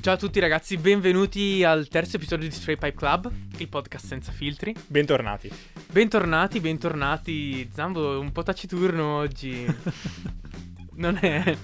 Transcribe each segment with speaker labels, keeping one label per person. Speaker 1: Ciao a tutti ragazzi, benvenuti al terzo episodio di Stray Pipe Club, il podcast senza filtri.
Speaker 2: Bentornati.
Speaker 1: Bentornati, bentornati. Zambo è un po' taciturno oggi. non è...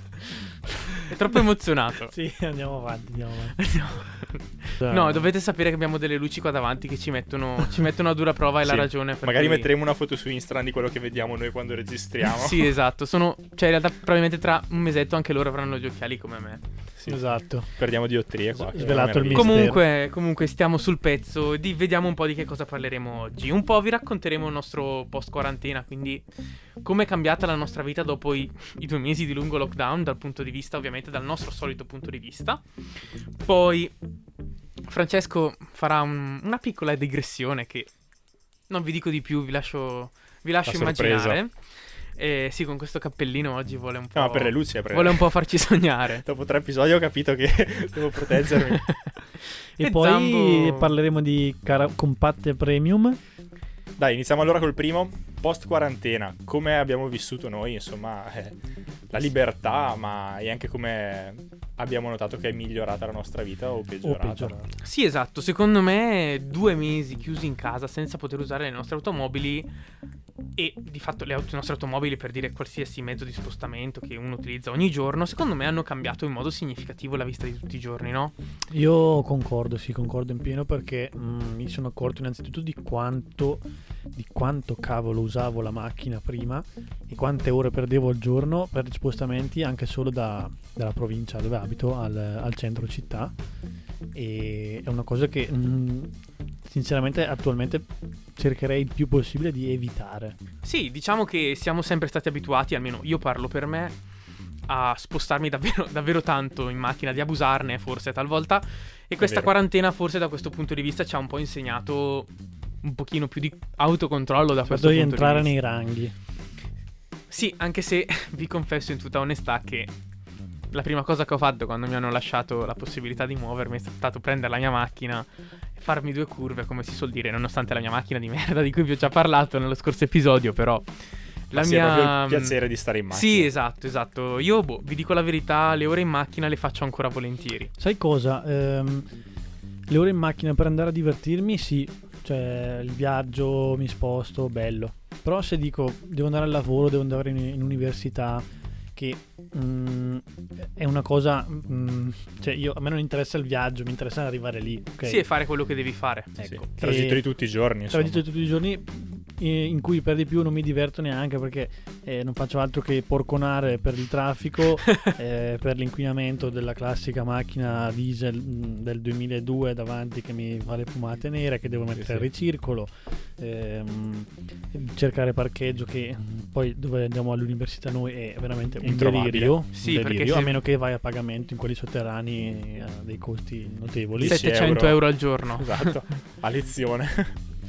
Speaker 1: È troppo emozionato.
Speaker 2: sì, andiamo avanti, andiamo avanti.
Speaker 1: no, dovete sapere che abbiamo delle luci qua davanti che ci mettono, ci mettono a dura prova e sì, la ragione.
Speaker 2: magari cui... metteremo una foto su Instagram di quello che vediamo noi quando registriamo.
Speaker 1: sì, esatto. Sono, cioè, in realtà, probabilmente tra un mesetto anche loro avranno gli occhiali come me.
Speaker 2: Sì, esatto. Perdiamo diottrie qua.
Speaker 1: Svelato il comunque, comunque, stiamo sul pezzo. Di, vediamo un po' di che cosa parleremo oggi. Un po' vi racconteremo il nostro post quarantena. Quindi, come è cambiata la nostra vita dopo i, i due mesi di lungo lockdown, dal punto di vista ovviamente dal nostro solito punto di vista. Poi Francesco farà un, una piccola digressione che non vi dico di più, vi lascio, vi lascio La immaginare. Eh, sì, con questo cappellino oggi vuole un po'.
Speaker 2: No, Ah, per le luci,
Speaker 1: per... vuole un po' farci sognare.
Speaker 2: Dopo tre episodi ho capito che devo proteggermi.
Speaker 3: e, e, poi Zambo... parleremo di cara- compatte premium.
Speaker 2: Dai, iniziamo allora col primo. Post quarantena, come abbiamo vissuto noi, insomma, eh, la libertà, ma e anche come abbiamo notato che è migliorata la nostra vita o peggiorata. o peggiorata.
Speaker 1: Sì, esatto. Secondo me, due mesi chiusi in casa senza poter usare le nostre automobili e di fatto le, aut- le nostre automobili, per dire qualsiasi mezzo di spostamento che uno utilizza ogni giorno, secondo me hanno cambiato in modo significativo la vista di tutti i giorni, no?
Speaker 3: Io concordo, sì, concordo in pieno perché mh, mi sono accorto innanzitutto di quanto di quanto cavolo usavo la macchina prima e quante ore perdevo al giorno per gli spostamenti anche solo da, dalla provincia dove abito al, al, centro città e è una cosa che mh, sinceramente attualmente cercherei il più possibile di evitare.
Speaker 1: Sì, diciamo che siamo sempre stati abituati, almeno io parlo per me, a spostarmi davvero, davvero tanto in macchina, di abusarne forse talvolta e questa quarantena forse da questo punto di vista ci ha un po' insegnato un pochino più di autocontrollo da
Speaker 3: cioè,
Speaker 1: questo punto
Speaker 3: entrare
Speaker 1: di
Speaker 3: nei ranghi.
Speaker 1: Sì, anche se vi confesso in tutta onestà che la prima cosa che ho fatto quando mi hanno lasciato la possibilità di muovermi è stato prendere la mia macchina e farmi due curve, come si suol dire, nonostante la mia macchina di merda di cui vi ho già parlato nello scorso episodio, però
Speaker 2: la Ma mia... il piacere di stare in macchina.
Speaker 1: Sì, esatto, esatto. Io boh, vi dico la verità, le ore in macchina le faccio ancora volentieri.
Speaker 3: Sai cosa? Ehm, le ore in macchina per andare a divertirmi, sì, cioè il viaggio, mi sposto, bello. Però se dico devo andare al lavoro, devo andare in, in università, che mm, è una cosa... Mm, cioè io, a me non interessa il viaggio, mi interessa arrivare lì. Okay?
Speaker 1: Sì, e fare quello che devi fare.
Speaker 2: Ecco. Sì. Tragitto di tutti i giorni. Insomma.
Speaker 3: Tragitto di tutti i giorni in cui per di più non mi diverto neanche perché eh, non faccio altro che porconare per il traffico, eh, per l'inquinamento della classica macchina diesel mh, del 2002 davanti che mi fa le fumate nere, che devo mettere sì, al ricircolo, ehm, cercare parcheggio che poi dove andiamo all'università noi è veramente un delirio,
Speaker 1: sì,
Speaker 3: un delirio
Speaker 1: se...
Speaker 3: a meno che vai a pagamento in quelli sotterranei eh, a dei costi notevoli.
Speaker 1: 700 euro, euro al giorno.
Speaker 2: Esatto, a lezione.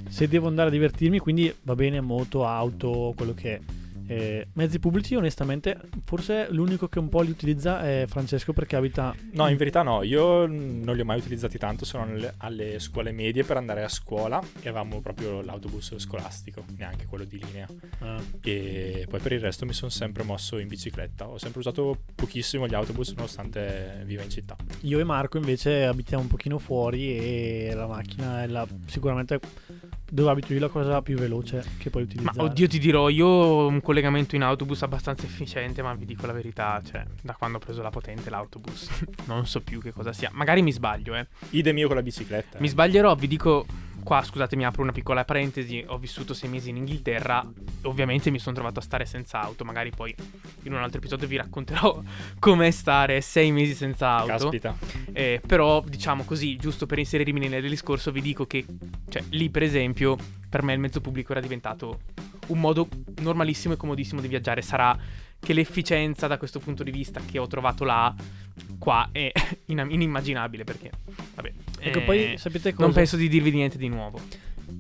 Speaker 3: se devo andare a divertirmi, quindi va bene moto, auto, quello che è. Eh, mezzi pubblici, onestamente, forse l'unico che un po' li utilizza è Francesco perché abita.
Speaker 2: No, in verità no, io non li ho mai utilizzati tanto, sono alle, alle scuole medie per andare a scuola e avevamo proprio l'autobus scolastico, neanche quello di linea.
Speaker 3: eh,
Speaker 2: Ah. E poi per il resto mi sono sempre mosso in bicicletta, ho sempre usato pochissimo gli autobus nonostante viva in città.
Speaker 3: Io e Marco invece abitiamo un pochino fuori e la macchina è la, sicuramente dove abito io la cosa più veloce che puoi utilizzare.
Speaker 1: Ma oddio ti dirò, io ho un collegamento in autobus abbastanza efficiente, ma vi dico la verità, cioè, da quando ho preso la potente l'autobus non so più che cosa sia. Magari mi sbaglio, eh.
Speaker 2: Idem io con la bicicletta.
Speaker 1: Mi sbaglierò, vi dico qua, scusatemi, apro una piccola parentesi, ho vissuto sei mesi in Inghilterra, ovviamente mi sono trovato a stare senza auto, magari poi in un altro episodio vi racconterò com'è stare sei mesi senza auto.
Speaker 2: Caspita.
Speaker 1: Eh, però diciamo così, giusto per inserirmi nel discorso, vi dico che cioè, lì per esempio per me il mezzo pubblico era diventato un modo normalissimo e comodissimo di viaggiare, sarà che l'efficienza da questo punto di vista che ho trovato là, qua è ina- inimmaginabile perché, vabbè,
Speaker 3: Ecco,
Speaker 1: eh,
Speaker 3: poi sapete cosa?
Speaker 1: non penso di dirvi niente di nuovo.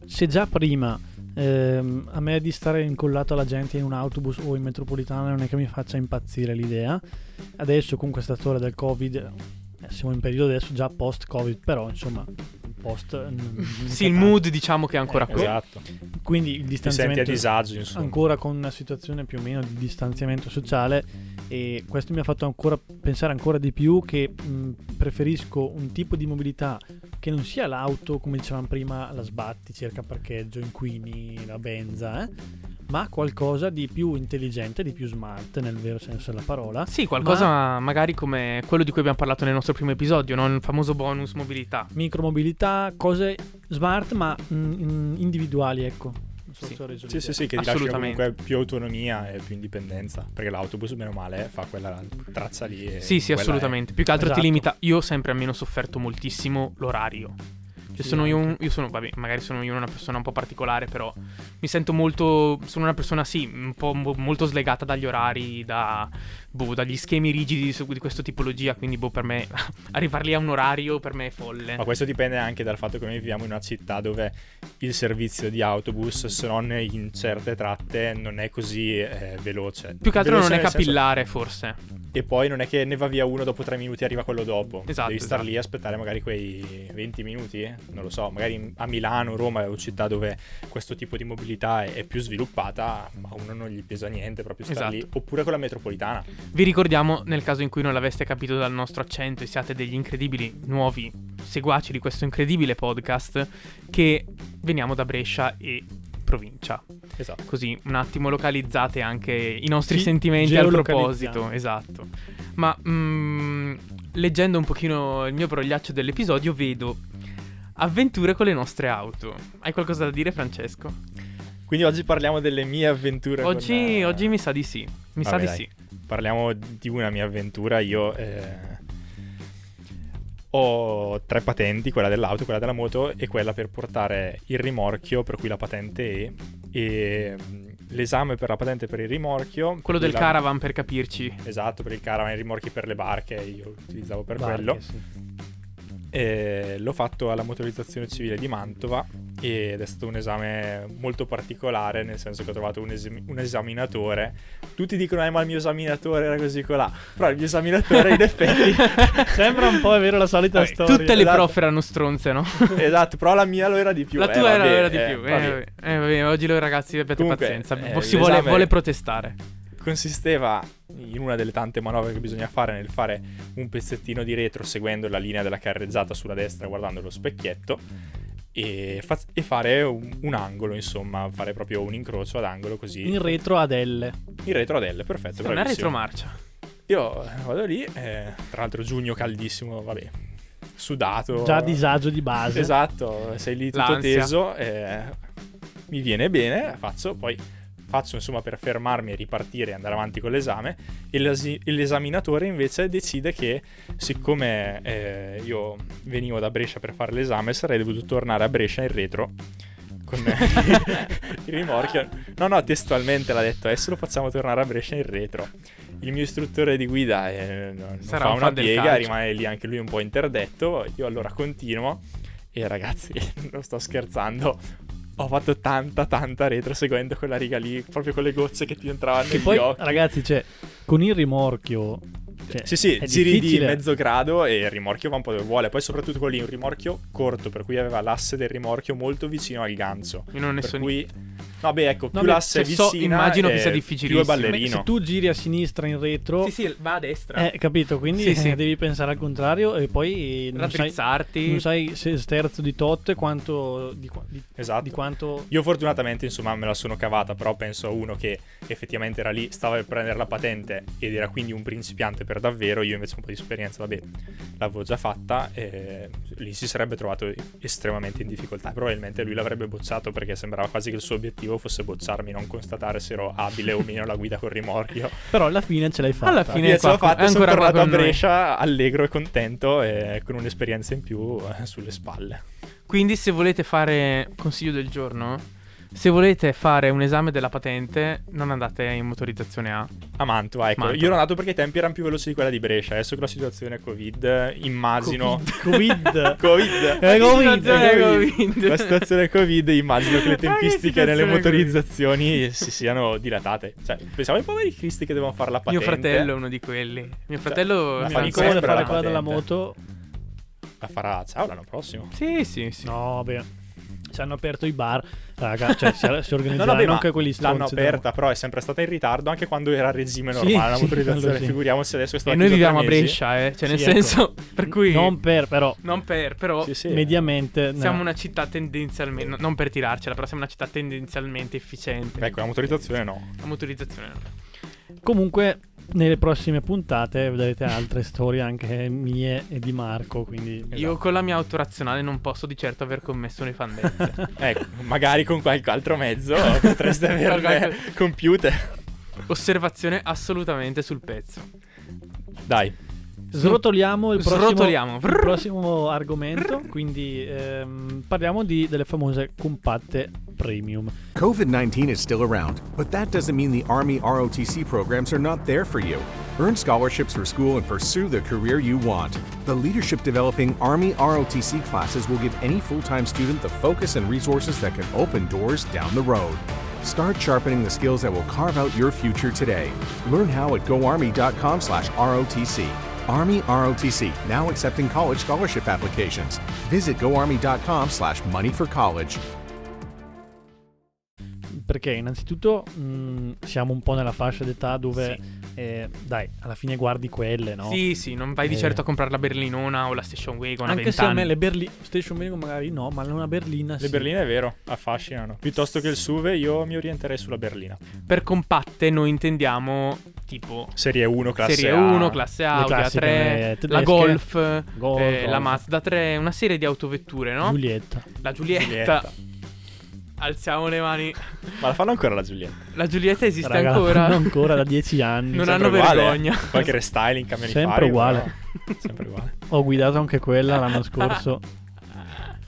Speaker 3: Se già prima ehm, a me di stare incollato alla gente in un autobus o in metropolitana non è che mi faccia impazzire l'idea, adesso con questa storia del Covid, eh, siamo in periodo adesso già post-Covid, però insomma post... n- n-
Speaker 1: Sì, il
Speaker 3: tanto.
Speaker 1: mood diciamo che è ancora
Speaker 3: Eh,
Speaker 1: quello.
Speaker 2: Esatto.
Speaker 3: Quindi
Speaker 2: Ti
Speaker 3: il
Speaker 2: senti a
Speaker 3: distanziamento
Speaker 2: disagio, insomma.
Speaker 3: ancora con una situazione più o meno di distanziamento sociale e questo mi ha fatto ancora pensare ancora di più che mh, preferisco un tipo di mobilità che non sia l'auto, come dicevamo prima, la sbatti, cerca parcheggio, inquini, la benza, eh, ma qualcosa di più intelligente, di più smart nel vero senso della parola.
Speaker 1: Sì, qualcosa magari come quello di cui abbiamo parlato nel nostro primo episodio, no? il famoso bonus mobilità.
Speaker 3: Micromobilità, cose smart ma mh, individuali, ecco. Non so
Speaker 1: Sì.
Speaker 3: se ho reso
Speaker 2: Sì, sì,
Speaker 3: l'idea.
Speaker 2: sì, che ti lasciano
Speaker 1: Assolutamente.
Speaker 2: comunque più autonomia e più indipendenza. Perché l'autobus, meno male, fa quella traccia lì. e
Speaker 1: Sì, sì,
Speaker 2: Eh, quella è.
Speaker 1: assolutamente. Più che altro ti
Speaker 3: Esatto.
Speaker 1: limita. Io sempre almeno ho sofferto moltissimo l'orario. Cioè,
Speaker 3: Sì,
Speaker 1: sono io, un- io sono, vabbè, magari sono io una persona un po' particolare, però mi sento molto. Sono una persona, sì, un po' mo- molto slegata dagli orari, da, boh, dagli schemi rigidi di, su- di questa tipologia. Quindi, boh, per me arrivare lì a un orario per me è folle.
Speaker 2: Ma questo dipende anche dal fatto che noi viviamo in una città dove il servizio di autobus, se non in certe tratte, non è così eh, veloce.
Speaker 1: Più che altro
Speaker 2: Veloce
Speaker 1: non è
Speaker 2: nel senso-
Speaker 1: capillare, forse.
Speaker 2: E poi non è che ne va via uno dopo tre minuti e arriva quello dopo.
Speaker 1: Esatto,
Speaker 2: Devi star
Speaker 1: esatto.
Speaker 2: lì e aspettare magari quei 20 minuti, eh? non lo so, magari in- a Milano, Roma è una città dove questo tipo di mobilità è, è più sviluppata, ma a uno non gli pesa niente proprio star
Speaker 1: Esatto.
Speaker 2: lì. Oppure con la metropolitana.
Speaker 1: Vi ricordiamo, nel caso in cui non l'aveste capito dal nostro accento e siate degli incredibili nuovi seguaci di questo incredibile podcast, che veniamo da Brescia e provincia.
Speaker 2: Esatto.
Speaker 1: Così un attimo localizzate anche i nostri
Speaker 3: Ci
Speaker 1: sentimenti al
Speaker 3: geolocalizziamo.
Speaker 1: proposito. Esatto. Ma mm, leggendo un pochino il mio brogliaccio dell'episodio vedo avventure con le nostre auto. Hai qualcosa da dire Francesco?
Speaker 2: Quindi oggi parliamo delle mie avventure. con,
Speaker 1: Oggi,
Speaker 2: eh,
Speaker 1: oggi mi sa di sì. Mi sa
Speaker 2: Vabbè,
Speaker 1: di
Speaker 2: dai.
Speaker 1: sì.
Speaker 2: Parliamo di una mia avventura. Io eh, ho tre patenti, quella dell'auto, quella della moto e quella per portare il rimorchio, per cui la patente E. E mm, l'esame per la patente per il rimorchio.
Speaker 1: Quello del
Speaker 2: la-
Speaker 1: caravan per capirci.
Speaker 2: Esatto, per il caravan, i rimorchi per le barche, io utilizzavo per
Speaker 3: Barche,
Speaker 2: quello.
Speaker 3: sì.
Speaker 2: E l'ho fatto alla motorizzazione civile di Mantova ed è stato un esame molto particolare, nel senso che ho trovato un, esami- un esaminatore. Tutti dicono, eh, ma il mio esaminatore era così colà. Però il mio esaminatore, in effetti,
Speaker 3: Sembra un po' è vero la solita
Speaker 2: Vabbè,
Speaker 3: storia.
Speaker 1: Tutte le
Speaker 2: esatto.
Speaker 1: prof erano stronze, no?
Speaker 2: esatto, però la mia lo era di più.
Speaker 1: La
Speaker 2: eh,
Speaker 1: tua era,
Speaker 2: vabbè,
Speaker 1: era di
Speaker 2: eh,
Speaker 1: più. Eh,
Speaker 2: vabbè.
Speaker 1: vabbè, eh, vabbè, oggi lo ragazzi abbiate
Speaker 2: Comunque,
Speaker 1: pazienza.
Speaker 2: eh,
Speaker 1: Vo- si vuole,
Speaker 2: l'esame-
Speaker 1: vuole protestare.
Speaker 2: consisteva in una delle tante manovre che bisogna fare nel fare un pezzettino di retro seguendo la linea della carreggiata sulla destra guardando lo specchietto e, fa- e fare un, un angolo insomma fare proprio un incrocio ad angolo così
Speaker 3: In retro ad L.
Speaker 2: in retro ad L perfetto
Speaker 1: Non è
Speaker 2: bravissimo.
Speaker 1: retromarcia.
Speaker 2: io eh, vado lì eh, tra l'altro giugno caldissimo vabbè sudato
Speaker 3: Già a disagio di base.
Speaker 2: Esatto, sei lì tutto
Speaker 1: L'ansia.
Speaker 2: teso, eh, mi viene bene, faccio, poi faccio insomma per fermarmi e ripartire e andare avanti con l'esame e l'asi- e l'esaminatore invece decide che siccome eh, io venivo da Brescia per fare l'esame sarei dovuto tornare a Brescia in retro con il rimorchio no no testualmente l'ha detto adesso lo facciamo tornare a Brescia in retro il mio istruttore di guida eh, non- non
Speaker 1: Sarà
Speaker 2: fa
Speaker 1: un
Speaker 2: una
Speaker 1: fan del
Speaker 2: piega
Speaker 1: calcio.
Speaker 2: rimane lì anche lui un po' interdetto io allora continuo e ragazzi non sto scherzando ho fatto tanta tanta retro seguendo quella riga lì proprio con le gocce che ti entravano
Speaker 3: Che
Speaker 2: negli
Speaker 3: poi,
Speaker 2: occhi
Speaker 3: ragazzi, cioè, con il rimorchio. cioè,
Speaker 2: sì, sì,
Speaker 3: è
Speaker 2: giri
Speaker 3: difficile.
Speaker 2: di mezzo grado e il rimorchio va un po' dove vuole. Poi, soprattutto quello lì, un rimorchio corto, per cui aveva l'asse del rimorchio molto vicino al gancio.
Speaker 1: Io non ne
Speaker 2: per
Speaker 1: so
Speaker 2: cui, no, beh, ecco, più
Speaker 1: beh,
Speaker 2: l'asse è
Speaker 1: cioè, so-
Speaker 2: vicina,
Speaker 1: immagino che
Speaker 2: eh,
Speaker 1: sia difficilissimo.
Speaker 2: Più è
Speaker 3: Beh,
Speaker 2: ballerino.
Speaker 3: Se tu giri a sinistra in retro,
Speaker 1: Sì, sì, va a destra.
Speaker 3: eh, capito? Quindi
Speaker 1: Sì,
Speaker 3: eh,
Speaker 1: sì.
Speaker 3: devi pensare al contrario e poi eh, non sai,
Speaker 1: Raddrizzarti.
Speaker 3: non sai se sterzo di tot quanto di, qua- di-
Speaker 2: Esatto.
Speaker 3: di quanto
Speaker 2: Io fortunatamente insomma me la sono cavata, però penso a uno che effettivamente era lì, stava per prendere la patente ed era quindi un principiante per davvero, io invece un po' di esperienza, vabbè, l'avevo già fatta, e lì si sarebbe trovato estremamente in difficoltà, probabilmente lui l'avrebbe bocciato perché sembrava quasi che il suo obiettivo fosse bocciarmi, non constatare se ero abile o meno alla guida col rimorchio.
Speaker 3: però alla fine ce l'hai fatta
Speaker 1: Alla fine-
Speaker 2: Io
Speaker 1: è
Speaker 2: ce l'ho
Speaker 1: qua,
Speaker 2: fatta,
Speaker 1: è
Speaker 2: sono
Speaker 1: ancora qua
Speaker 2: tornato a
Speaker 1: con noi.
Speaker 2: Brescia allegro e contento e con un'esperienza in più eh, sulle spalle.
Speaker 1: Quindi, se volete fare consiglio del giorno, Se volete fare un esame della patente, non andate in motorizzazione A.
Speaker 2: A Mantova, ecco.
Speaker 1: Mantova.
Speaker 2: Io ero nato perché i tempi erano più veloci di quella di Brescia. Adesso che la situazione è Covid, eh, immagino.
Speaker 3: Covid.
Speaker 2: Covid.
Speaker 3: Eh,
Speaker 1: La
Speaker 3: Covid,
Speaker 1: situazione è Covid.
Speaker 2: La situazione Covid, immagino che le
Speaker 1: Ah, che
Speaker 2: tempistiche
Speaker 1: situazione
Speaker 2: nelle
Speaker 1: Covid.
Speaker 2: motorizzazioni si siano dilatate. Cioè, pensiamo ai poveri cristi che devono fare la
Speaker 1: Mio
Speaker 2: patente.
Speaker 1: fratello è uno di quelli. Mio fratello è
Speaker 2: la
Speaker 3: Il mio
Speaker 2: fanno
Speaker 3: amico vuole
Speaker 2: sempre
Speaker 3: fare
Speaker 2: la
Speaker 3: quella della
Speaker 2: patente.
Speaker 3: moto.
Speaker 2: La farà, ciao, l'anno prossimo.
Speaker 1: Sì, sì, sì.
Speaker 3: No, vabbè. Ci hanno aperto i bar, raga, cioè si, si organizzeranno
Speaker 2: vabbè, ma
Speaker 3: anche quelli stronzi.
Speaker 2: l'hanno
Speaker 3: della
Speaker 2: aperta, però è sempre stata in ritardo anche quando era a regime
Speaker 3: Sì,
Speaker 2: normale la
Speaker 3: sì,
Speaker 2: motorizzazione.
Speaker 3: quello sì.
Speaker 2: Figuriamoci adesso che sto
Speaker 1: E
Speaker 2: là
Speaker 1: noi
Speaker 2: chiuso tre
Speaker 1: viviamo a
Speaker 2: mesi.
Speaker 1: Brescia, eh. Cioè, nel
Speaker 3: Sì, ecco.
Speaker 1: senso, per cui.
Speaker 3: Non per, però,
Speaker 1: non per, però.
Speaker 2: Sì, sì.
Speaker 3: mediamente... no.
Speaker 1: Siamo una città tendenzialmente. no- non per tirarcela, però siamo una città tendenzialmente efficiente.
Speaker 2: Ecco, la motorizzazione no.
Speaker 1: La motorizzazione.
Speaker 3: Esatto.
Speaker 1: no.
Speaker 3: Comunque, nelle prossime puntate vedrete altre storie anche mie e di Marco, quindi...
Speaker 1: Io con la mia auto razionale non posso di certo aver commesso le fandezze.
Speaker 2: Ecco, magari con qualche altro mezzo potreste averne
Speaker 1: Qualche-
Speaker 2: computer.
Speaker 1: Osservazione assolutamente sul pezzo.
Speaker 2: Dai,
Speaker 3: Srotoliamo il prossimo,
Speaker 1: Srotoliamo.
Speaker 3: il prossimo argomento, quindi ehm, parliamo di, delle famose compatte premium.
Speaker 4: COVID 19 is still around, but that doesn't mean the Army ROTC programs are not there for you. Earn scholarships for school and pursue the career you want. The leadership developing Army ROTC classes will give any full time student the focus and resources that can open doors down the road. Start sharpening the skills that will carve out your future today. Learn how at goarmy.com slash ROTC. Army ROTC, now accepting college scholarship applications. Visit goarmy.com slash money for college.
Speaker 3: Perché innanzitutto mh, siamo un po' nella fascia d'età dove, eh, dai, alla fine guardi quelle, no?
Speaker 1: Sì, sì, non vai di
Speaker 3: Eh.
Speaker 1: certo a comprare la berlinona o la station wagon.
Speaker 3: Anche se a me le berline, station wagon magari no, ma una
Speaker 1: Eh,
Speaker 3: berlina
Speaker 2: le
Speaker 3: sì.
Speaker 2: berline è vero, affascinano. Piuttosto che il SUVE io mi orienterei sulla berlina.
Speaker 1: Per compatte noi intendiamo tipo
Speaker 2: Serie 1, classe
Speaker 1: Serie
Speaker 2: A.
Speaker 1: 1, classe Audi,
Speaker 3: classiche,
Speaker 1: A3,
Speaker 3: eh,
Speaker 1: la
Speaker 3: tedesche.
Speaker 1: Golf,
Speaker 3: Golf,
Speaker 1: eh, la
Speaker 3: Golf.
Speaker 1: Mazda 3, una serie di autovetture, no?
Speaker 3: Giulietta.
Speaker 1: La Giulietta.
Speaker 2: Giulietta.
Speaker 1: Alziamo le mani.
Speaker 2: Ma la fanno ancora la Giulietta?
Speaker 1: La Giulietta esiste
Speaker 3: Raga,
Speaker 1: ancora.
Speaker 3: fanno ancora da 10 anni.
Speaker 1: Non
Speaker 2: Sempre
Speaker 1: hanno
Speaker 2: uguale,
Speaker 1: vergogna.
Speaker 2: eh. Qualche restyling, cambiano i
Speaker 3: Sempre
Speaker 2: fari,
Speaker 3: uguale.
Speaker 2: però- Sempre uguale.
Speaker 3: Ho guidato anche quella l'anno
Speaker 1: Eh,
Speaker 3: scorso.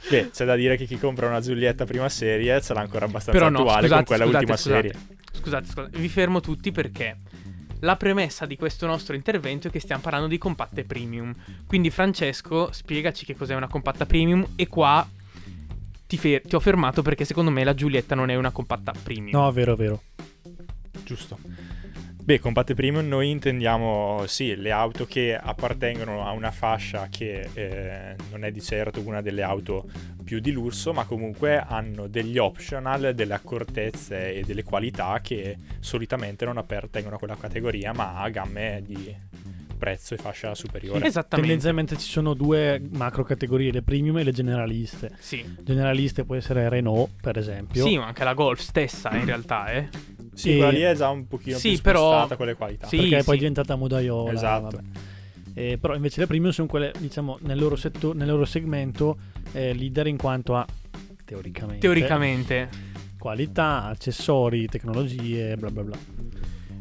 Speaker 2: Beh, c'è da dire che chi compra una Giulietta prima serie ce l'ha ancora abbastanza
Speaker 1: Però no,
Speaker 2: attuale
Speaker 1: scusate,
Speaker 2: con quella
Speaker 1: scusate,
Speaker 2: ultima
Speaker 1: scusate.
Speaker 2: serie.
Speaker 1: Scusate, scusate, vi fermo tutti perché la premessa di questo nostro intervento è che stiamo parlando di compatte premium. Quindi Francesco, spiegaci che cos'è una compatta premium e qua ti, fer- ti ho fermato perché secondo me la Giulietta non è una compatta premium.
Speaker 3: No, vero, vero.
Speaker 2: Giusto. Beh, compatte premium noi intendiamo sì, le auto che appartengono a una fascia che eh, non è di certo una delle auto più di lusso, ma comunque hanno degli optional, delle accortezze e delle qualità che solitamente non appartengono a quella categoria, ma a gamme di prezzo e fascia superiore.
Speaker 1: Esatto. Esattamente.
Speaker 3: Tendenzialmente ci sono due macro categorie, le premium e le generaliste.
Speaker 1: Sì.
Speaker 3: Generaliste può essere Renault, per esempio.
Speaker 1: Sì, ma anche la Golf stessa in realtà, eh.
Speaker 2: Sì,
Speaker 3: e-
Speaker 2: quella lì è già un pochino
Speaker 1: Sì,
Speaker 2: più
Speaker 1: però-
Speaker 2: spostata con le qualità.
Speaker 1: Sì.
Speaker 3: perché è poi è diventata modaiola.
Speaker 2: Esatto.
Speaker 3: vabbè. Eh, però invece le premium sono quelle, diciamo, nel loro, setto- nel loro segmento eh, leader in quanto a teoricamente,
Speaker 1: Teoricamente.
Speaker 3: qualità, accessori, tecnologie, bla bla bla.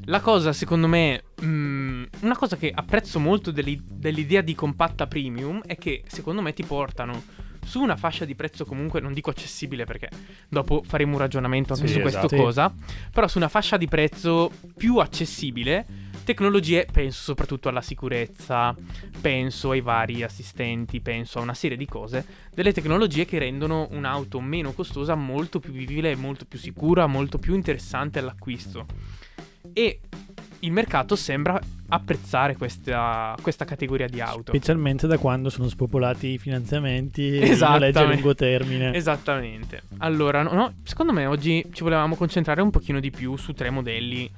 Speaker 1: La cosa, secondo me, mm, una cosa che apprezzo molto dell'i- dell'idea di compatta premium è che, secondo me, ti portano su una fascia di prezzo comunque, non dico accessibile perché dopo faremo un ragionamento anche
Speaker 2: Sì,
Speaker 1: su questa
Speaker 3: esatto.
Speaker 1: cosa, però su una fascia di prezzo più accessibile, tecnologie, penso soprattutto alla sicurezza, penso ai vari assistenti, penso a una serie di cose, delle tecnologie che rendono un'auto meno costosa molto più vivibile, molto più sicura, molto più interessante all'acquisto e il mercato sembra apprezzare questa, questa categoria di auto.
Speaker 3: Specialmente da quando sono spopolati i finanziamenti e la legge
Speaker 1: Esattamente.
Speaker 3: a lungo termine.
Speaker 1: Esattamente. Allora, no, no, secondo me oggi ci volevamo concentrare un pochino di più su tre modelli.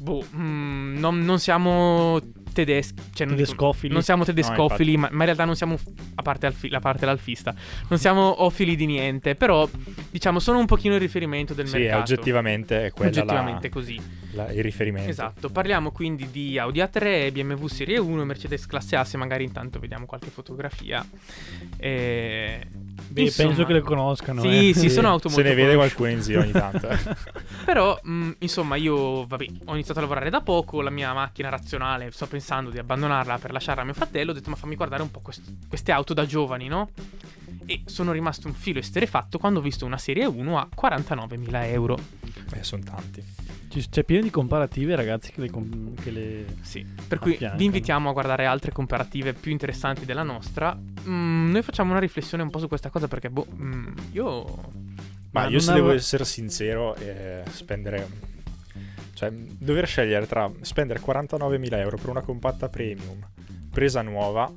Speaker 1: Boh, mm, non, non siamo tedeschi. Cioè non, dico-
Speaker 3: Tedescofili.
Speaker 1: non siamo tedescofili, ma, ma in realtà non siamo. A parte alfi- la parte l'alfista, non siamo ofili di niente. Però, diciamo, sono un pochino il riferimento del
Speaker 2: Sì, è
Speaker 1: mercato.
Speaker 2: oggettivamente è quella la-
Speaker 1: Oggettivamente così.
Speaker 2: la- il riferimento.
Speaker 1: Esatto, parliamo quindi di Audi A3, BMW Serie 1, Mercedes classe A, se magari intanto vediamo qualche fotografia. E...
Speaker 3: Beh,
Speaker 1: insomma,
Speaker 3: penso che le conoscano.
Speaker 1: Sì,
Speaker 3: eh.
Speaker 1: sì, sono auto
Speaker 2: Se
Speaker 1: molto
Speaker 2: ne vede
Speaker 1: conosciute.
Speaker 2: qualcuno in giro ogni tanto. eh.
Speaker 1: Però, mh, insomma, io vabbè, ho iniziato a lavorare da poco, la mia macchina razionale, sto pensando di abbandonarla per lasciarla a mio fratello, ho detto ma fammi guardare un po' quest- queste auto da giovani, no? e sono rimasto un filo esterefatto quando ho visto una serie 1 a 49.000 euro.
Speaker 2: Eh, sono tanti.
Speaker 3: Ci- c'è pieno di comparative, ragazzi, che le... com- che le-
Speaker 1: Sì, per cui
Speaker 3: Affiancano.
Speaker 1: vi invitiamo a guardare altre comparative più interessanti della nostra. Mm, noi facciamo una riflessione un po' su questa cosa perché, boh, mm, io...
Speaker 2: Ma,
Speaker 3: Ma
Speaker 2: io
Speaker 3: non
Speaker 2: se
Speaker 3: avevo-
Speaker 2: devo essere sincero, eh, spendere... Cioè, dover scegliere tra spendere 49.000 euro per una compatta premium, presa nuova,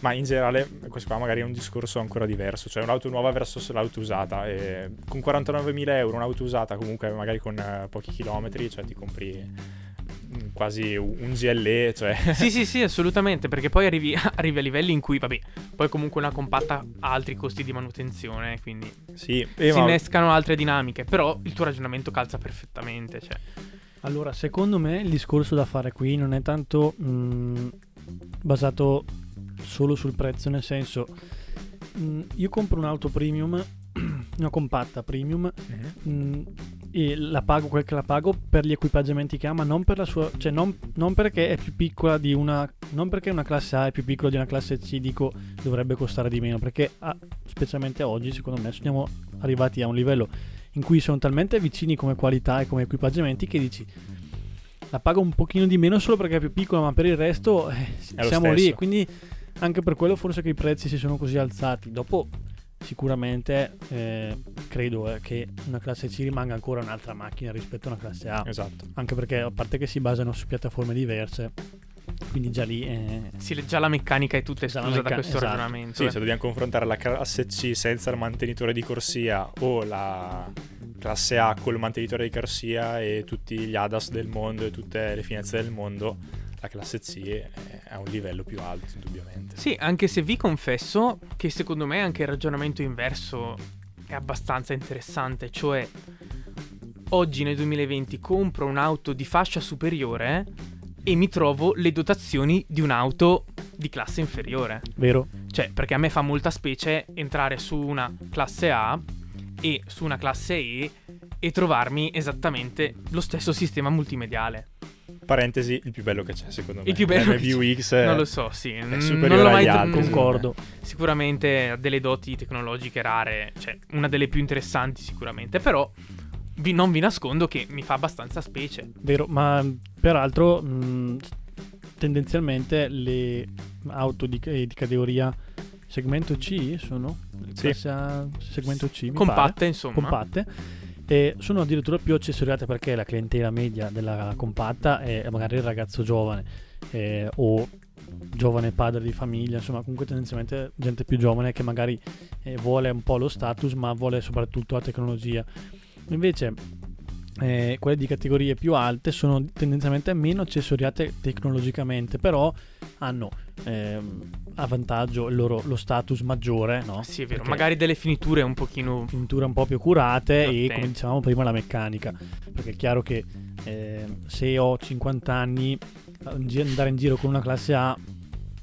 Speaker 2: ma in generale questo qua magari è un discorso ancora diverso, cioè un'auto nuova versus l'auto usata. E con 49.000 euro un'auto usata comunque magari con eh, pochi chilometri, cioè ti compri mm, quasi un GLE, cioè
Speaker 1: Sì, sì, sì, assolutamente, perché poi arrivi, arrivi a livelli in cui, vabbè, poi comunque una compatta ha altri costi di manutenzione, quindi
Speaker 2: sì, eh,
Speaker 1: si
Speaker 2: ma-
Speaker 1: innescano altre dinamiche, però il tuo ragionamento calza perfettamente, cioè...
Speaker 3: Allora, secondo me il discorso da fare qui non è tanto mh, basato solo sul prezzo, nel senso, mh, io compro un'auto premium, una compatta premium,
Speaker 2: Mhm,
Speaker 3: mh, mm, e la pago quel che la pago per gli equipaggiamenti che ha, ma non per la sua, cioè non, non perché è più piccola di una, non perché una classe A è più piccola di una classe C, dico dovrebbe costare di meno, perché ah, specialmente oggi, secondo me, siamo arrivati a un livello in cui sono talmente vicini come qualità e come equipaggiamenti che dici la pago un pochino di meno solo perché è più piccola, ma per il resto eh, s-
Speaker 2: È lo
Speaker 3: siamo lì
Speaker 2: stesso.
Speaker 3: e quindi anche per quello forse che i prezzi si sono così alzati. Dopo sicuramente eh, credo eh, che una classe C rimanga ancora un'altra macchina rispetto a una classe A,
Speaker 2: Esatto.
Speaker 3: anche perché a parte che si basano su piattaforme diverse, quindi già lì eh,
Speaker 1: Sì, già la meccanica è tutta
Speaker 3: Già la
Speaker 1: esclusa da
Speaker 3: mecca-
Speaker 1: questo
Speaker 3: esatto.
Speaker 1: ragionamento.
Speaker 2: Sì,
Speaker 1: eh.
Speaker 2: se dobbiamo confrontare la classe C senza il mantenitore di corsia o la classe A col mantenitore di corsia e tutti gli ADAS del mondo e tutte le finezze del mondo, la classe C è a un livello più alto, indubbiamente.
Speaker 1: Sì, anche se vi confesso che secondo me anche il ragionamento inverso è abbastanza interessante, cioè oggi nel 2020 compro un'auto di fascia superiore e mi trovo le dotazioni di un'auto di classe inferiore.
Speaker 3: vero?
Speaker 1: Cioè, perché a me fa molta specie entrare su una classe A e su una classe E e trovarmi esattamente lo stesso sistema multimediale.
Speaker 2: Parentesi, il più bello che c'è, secondo me.
Speaker 1: Il più bello che
Speaker 2: MBUX
Speaker 1: non lo so, sì, mm,
Speaker 2: superiore
Speaker 1: non l'ho
Speaker 2: agli
Speaker 1: mai
Speaker 2: altri,
Speaker 1: mm,
Speaker 2: secondo
Speaker 3: Concordo.
Speaker 1: sicuramente ha delle doti tecnologiche rare, cioè una delle più interessanti sicuramente, però vi- non vi nascondo che mi fa abbastanza specie.
Speaker 3: Vero, ma mh, peraltro mh, tendenzialmente le auto di, eh, di categoria segmento C sono?
Speaker 2: Sì.
Speaker 3: Classe A, segmento C, mi pare.
Speaker 1: Compatte, insomma.
Speaker 3: compatte. E sono addirittura più accessoriate perché la clientela media della compatta è magari il ragazzo giovane eh, o giovane padre di famiglia, insomma comunque tendenzialmente gente più giovane che magari eh, vuole un po' lo status ma vuole soprattutto la tecnologia. Invece eh, quelle di categorie più alte sono tendenzialmente meno accessoriate tecnologicamente, però hanno ehm, a vantaggio il loro- lo status maggiore, no?
Speaker 1: Sì, è vero,
Speaker 3: Perché-
Speaker 1: magari delle finiture un pochino
Speaker 3: Pinture un po' più curate
Speaker 1: Più
Speaker 3: e
Speaker 1: attenti.
Speaker 3: come dicevamo prima la meccanica perché è chiaro che eh, se ho 50 anni gi- andare in giro con una classe A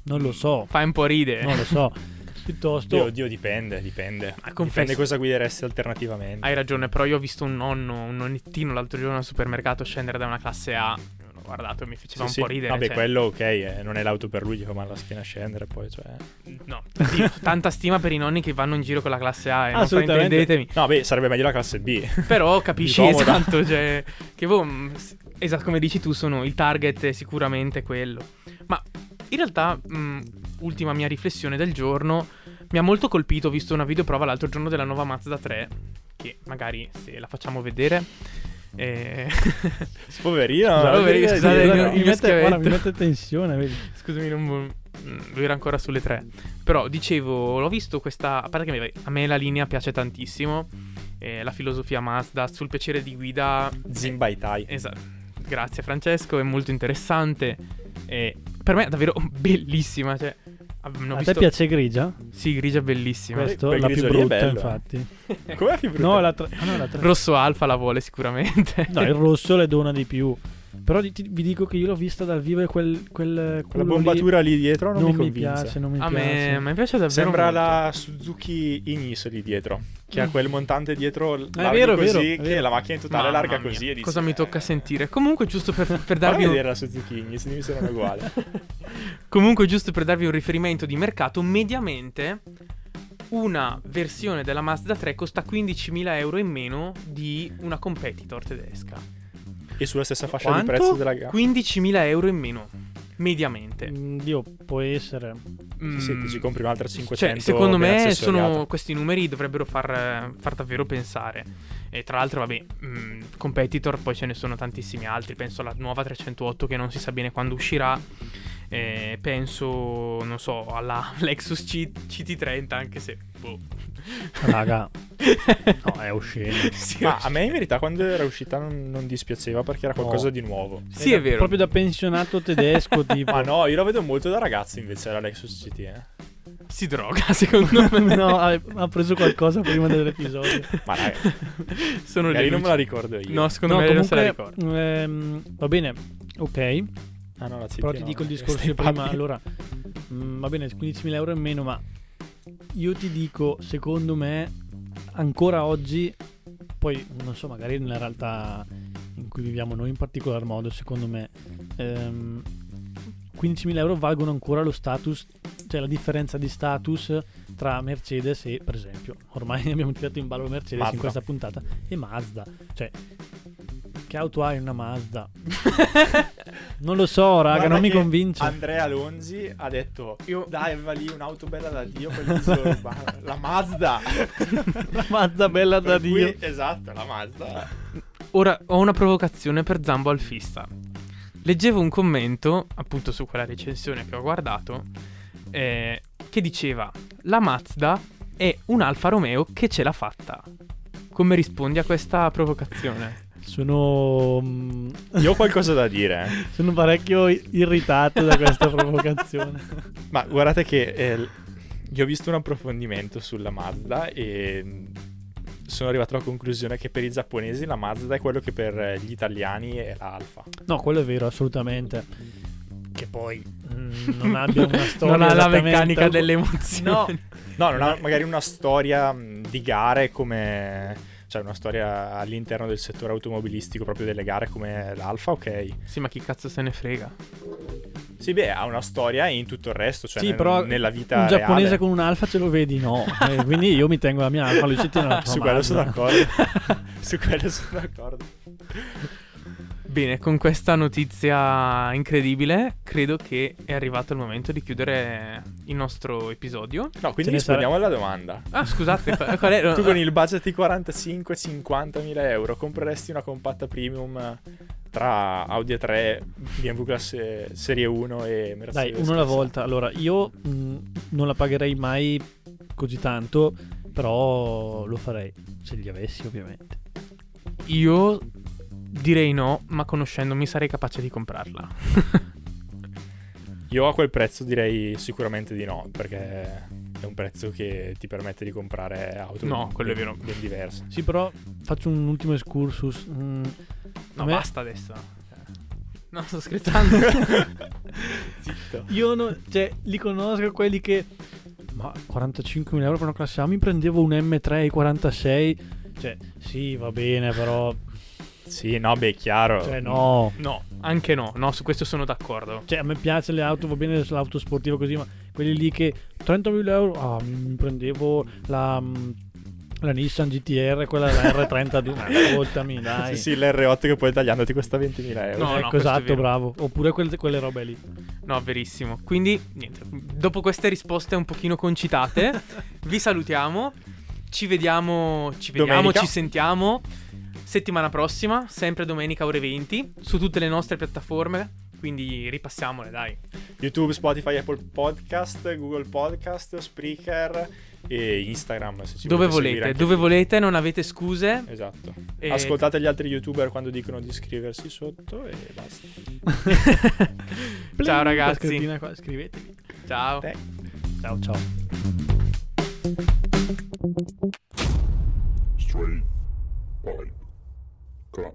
Speaker 3: non lo so
Speaker 1: fai un po'
Speaker 2: Eh.
Speaker 1: ridere.
Speaker 3: non lo so piuttosto
Speaker 2: Oddio, oddio, dipende, dipende.
Speaker 1: Ma Ah, confesso- Ah, eh,
Speaker 2: Dipende cosa guideresti alternativamente.
Speaker 1: Hai ragione, però io ho visto un nonno, un nonnettino l'altro giorno al supermercato scendere da una classe A. L'ho guardato e mi
Speaker 2: Sì,
Speaker 1: faceva un
Speaker 2: sì.
Speaker 1: po' ridere.
Speaker 2: Vabbè,
Speaker 1: cioè,
Speaker 2: quello ok, eh, non è l'auto per lui, gli fa male la schiena a scendere, poi cioè...
Speaker 1: No, sì, tanta stima per i nonni che vanno in giro con la classe A. E non
Speaker 3: Assolutamente.
Speaker 1: fraintendetemi.
Speaker 2: No, beh, sarebbe meglio la classe B.
Speaker 1: Però capisci
Speaker 2: Di comoda.
Speaker 1: esatto, cioè, che boh, mh, s- esatto come dici tu, sono il target è sicuramente quello. Ma in realtà, mh, ultima mia riflessione del giorno, mi ha molto colpito, ho visto una videoprova l'altro giorno della nuova Mazda 3, che magari se la facciamo vedere... eh,
Speaker 2: Poverino.
Speaker 1: Scusate,
Speaker 2: non
Speaker 1: poverino,
Speaker 2: dire-
Speaker 1: scusate,
Speaker 2: dire-
Speaker 1: il mio-
Speaker 3: guarda, mi,
Speaker 1: il mio
Speaker 3: mette, guarda, mi
Speaker 1: schiavetto.
Speaker 3: mette tensione vedi?
Speaker 1: Scusami, non vo- mm, lui era ancora sulle tre. Però dicevo, l'ho visto questa. A parte che mi- a me la linea piace tantissimo. eh, la filosofia Mazda sul piacere di guida.
Speaker 2: Zimbaitai.
Speaker 1: Esatto. Grazie Francesco, è molto interessante. E per me è davvero bellissima. Cioè, ah, ne ho
Speaker 3: a
Speaker 1: visto-
Speaker 3: te piace grigia?
Speaker 1: Sì, grigia bellissima.
Speaker 3: questo
Speaker 2: quel
Speaker 3: la più
Speaker 2: grigio lì è
Speaker 3: brutta
Speaker 2: bello, eh.
Speaker 3: infatti
Speaker 2: Com'è che brutta?
Speaker 3: no la, tre- ah, no, la tre-
Speaker 1: Rosso Alfa la vuole sicuramente.
Speaker 3: no, il rosso le dona di più però di- ti- vi dico che io l'ho vista dal vivo e quel, quel
Speaker 2: Quella
Speaker 3: culo lì
Speaker 2: bombatura lì dietro non,
Speaker 3: non,
Speaker 2: mi
Speaker 3: mi,
Speaker 2: convince.
Speaker 3: piace non mi
Speaker 1: a
Speaker 3: piace
Speaker 1: me, a me piace davvero.
Speaker 2: Sembra
Speaker 1: molto.
Speaker 2: la Suzuki Ignis lì dietro, che ha quel montante dietro l-
Speaker 3: Ah, Mm. è
Speaker 2: largo
Speaker 3: vero, è
Speaker 2: così,
Speaker 3: vero, è
Speaker 2: che
Speaker 3: vero.
Speaker 2: la macchina in totale è
Speaker 1: Mamma
Speaker 2: larga
Speaker 1: mia,
Speaker 2: così. E dici,
Speaker 1: Cosa mi tocca
Speaker 2: eh,
Speaker 1: sentire? Comunque, giusto per, per
Speaker 2: Fammi
Speaker 1: darvi un,
Speaker 2: vedere la Suzuki Ignis, mi sembra uguale.
Speaker 1: Comunque, giusto per darvi un riferimento di mercato, mediamente una versione della Mazda 3 costa 15.000 euro in meno di una competitor tedesca.
Speaker 2: E sulla stessa fascia
Speaker 1: Quanto?
Speaker 2: di prezzo della gamma.
Speaker 1: 15.000 euro in meno, mediamente.
Speaker 3: Mm, Dio, può essere.
Speaker 2: Sì, sì,
Speaker 1: Mm.
Speaker 2: ti ci compri un'altra 500.
Speaker 1: Cioè, secondo
Speaker 2: ben
Speaker 1: me
Speaker 2: accessoriata.
Speaker 1: sono- questi numeri dovrebbero far, far davvero pensare. E tra l'altro, vabbè, mm, competitor poi ce ne sono tantissimi altri. Penso alla nuova 308 che non si sa bene quando uscirà. Eh, penso, non so, alla Lexus C- CT30, anche se... Boh.
Speaker 3: Raga, no, è osceno.
Speaker 1: Sì,
Speaker 2: Ma a me in verità quando era uscita non, non dispiaceva perché era qualcosa
Speaker 3: No.
Speaker 2: di nuovo.
Speaker 1: sì, è vero.
Speaker 3: Proprio da pensionato tedesco, tipo.
Speaker 2: Ma no, io la vedo molto da ragazzi invece la Lexus GT. eh.
Speaker 1: Si droga, secondo me.
Speaker 3: No, ha, ha preso qualcosa prima dell'episodio.
Speaker 2: Ma raga,
Speaker 1: sono
Speaker 2: magari
Speaker 1: le
Speaker 2: non me
Speaker 1: luci.
Speaker 2: la ricordo io.
Speaker 1: No, secondo
Speaker 3: no,
Speaker 1: me non se la
Speaker 3: comunque,
Speaker 1: ricordo.
Speaker 3: ehm, va bene, ok.
Speaker 2: Ah, no, la CT
Speaker 3: Però ti
Speaker 2: no,
Speaker 3: dico il
Speaker 2: no,
Speaker 3: discorso
Speaker 2: stai
Speaker 3: di prima.
Speaker 2: parlando.
Speaker 3: Allora, mm, va bene, 15.000 euro in meno, ma io ti dico, secondo me, ancora oggi, poi non so, magari nella realtà in cui viviamo noi in particolar modo, secondo me, ehm, 15.000 euro valgono ancora lo status, cioè la differenza di status tra Mercedes e, per esempio, ormai ne abbiamo tirato in ballo Mercedes in
Speaker 2: Mazda.
Speaker 3: questa puntata, e Mazda. Cioè, che auto hai una Mazda? non lo so, raga,
Speaker 2: Guarda
Speaker 3: non mi
Speaker 2: che
Speaker 3: convince.
Speaker 2: Andrea Lonzi ha detto:
Speaker 1: Io-
Speaker 2: Dai, aveva lì un'auto bella da Dio. quel viso urbano, la Mazda.
Speaker 3: La Mazda bella da
Speaker 2: Per cui-
Speaker 3: Dio.
Speaker 2: Esatto, la Mazda.
Speaker 1: Ora ho una provocazione per Zambo Alfista. Leggevo un commento, appunto su quella recensione che ho guardato, eh, che diceva: La Mazda è un Alfa Romeo che ce l'ha fatta. Come rispondi a questa provocazione?
Speaker 3: Sono, mm,
Speaker 2: Io ho qualcosa da dire. eh.
Speaker 3: sono parecchio i- irritato da questa provocazione.
Speaker 2: Ma guardate che eh, l- io ho visto un approfondimento sulla Mazda e mm, sono arrivato alla conclusione che per i giapponesi la Mazda è quello che per eh, gli italiani è l'Alfa.
Speaker 3: No, quello è vero, assolutamente. Che poi mm, non abbia una storia.
Speaker 1: non ha la
Speaker 3: esattamente-
Speaker 1: meccanica delle emozioni.
Speaker 3: No,
Speaker 2: No, non ha magari una storia mh, di gare come... Cioè una storia all'interno del settore automobilistico proprio delle gare come l'Alfa, ok.
Speaker 1: Sì, ma chi cazzo se ne frega?
Speaker 2: Sì, beh, ha una storia in tutto il resto, cioè
Speaker 3: sì,
Speaker 2: nel-
Speaker 3: però
Speaker 2: nella vita
Speaker 3: un giapponese
Speaker 2: reale.
Speaker 3: con un alfa ce lo vedi, no. Eh, quindi io mi tengo la mia alfa, lui si tiene la sua
Speaker 2: Su quello sono
Speaker 3: Mazda.
Speaker 2: d'accordo. Su quello sono d'accordo.
Speaker 1: Bene, con questa notizia incredibile, credo che è arrivato il momento di chiudere il nostro episodio.
Speaker 2: No, quindi
Speaker 3: ne sare-
Speaker 2: rispondiamo alla domanda.
Speaker 1: Ah, scusate, qual qual era?
Speaker 2: Tu con il budget di 45-50 mila euro compreresti una compatta premium tra Audi A3, BMW classe Serie 1 e Mercedes?
Speaker 3: Dai, uno alla
Speaker 2: classe-
Speaker 3: volta. Allora, io mm, non la pagherei mai così tanto, però lo farei se li avessi, ovviamente.
Speaker 1: Io direi no, ma conoscendomi sarei capace di comprarla.
Speaker 2: Io a quel prezzo direi sicuramente di no, perché è un prezzo che ti permette di comprare auto
Speaker 1: No, quello è
Speaker 2: ben-
Speaker 1: vero.
Speaker 2: ben diverse.
Speaker 3: Sì, però faccio un ultimo excursus. Mm,
Speaker 1: No,
Speaker 3: a me-
Speaker 1: basta adesso. No, sto scherzando.
Speaker 2: Zitto.
Speaker 3: Io non, cioè, li conosco quelli che. Ma 45.000 euro per una classe A mi prendevo un M3 ai 46. Cioè, sì, va bene, però.
Speaker 2: Sì, no, beh, chiaro.
Speaker 3: Cioè, no.
Speaker 1: No, anche no. No, su questo sono d'accordo.
Speaker 3: Cioè, a me piace le auto, va bene l'auto sportiva così, ma quelli lì che 30.000 euro. Ah, mi prendevo la. mm, La Nissan GTR, quella la R32. Ma ascoltami, dai.
Speaker 2: Sì, sì, l'R8 che poi tagliandoti costa 20.000 euro.
Speaker 1: No,
Speaker 3: ecco,
Speaker 1: questo è
Speaker 3: esatto,
Speaker 1: vero.
Speaker 3: bravo. Oppure quelle, quelle robe lì.
Speaker 1: No, verissimo. Quindi, niente. Dopo queste risposte un pochino concitate, vi salutiamo. Ci vediamo, ci vediamo,
Speaker 2: Domenica.
Speaker 1: ci sentiamo settimana prossima, sempre domenica ore 20, su tutte le nostre piattaforme. Quindi ripassiamole, dai.
Speaker 2: YouTube, Spotify, Apple Podcast, Google Podcast, Spreaker e Instagram. Se ci
Speaker 1: dove
Speaker 2: volete seguire
Speaker 1: volete,
Speaker 2: anche
Speaker 1: dove
Speaker 2: lì.
Speaker 1: volete, non avete scuse.
Speaker 2: Esatto.
Speaker 1: E-
Speaker 2: Ascoltate gli altri youtuber quando dicono di iscriversi sotto e basta.
Speaker 1: Ciao ragazzi.
Speaker 3: Scrivetevi. Scrivetevi.
Speaker 1: Ciao.
Speaker 2: Te-
Speaker 3: Ciao ciao.
Speaker 5: straight pipe cup.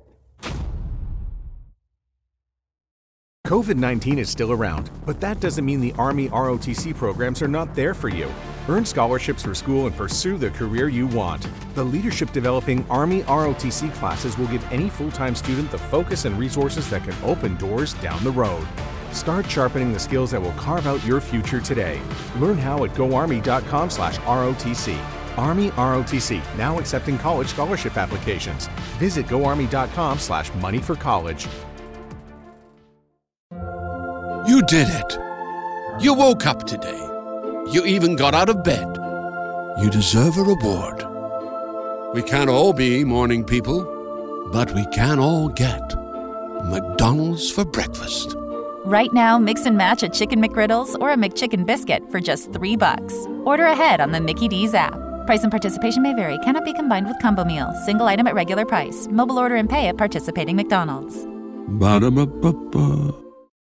Speaker 4: COVID 19 is still around, but that doesn't mean the Army ROTC programs are not there for you. Earn scholarships for school and pursue the career you want. The Leadership Developing Army ROTC classes will give any full time student the focus and resources that can open doors down the road. Start sharpening the skills that will carve out your future today. Learn how at goarmy.com slash ROTC. Army ROTC, now accepting college scholarship applications. Visit goarmy.com slash money for college.
Speaker 6: You did it. You woke up today. You even got out of bed. You deserve a reward. We can't all be morning people, but we can all get McDonald's for breakfast.
Speaker 7: Right now, mix and match a chicken McGriddles or a McChicken biscuit for just three bucks. Order ahead on the Mickey D's app. Price and participation may vary. Cannot be combined with combo meal. Single item at regular price. Mobile order and pay at participating McDonald's.
Speaker 6: Ba-da-ba-ba-ba.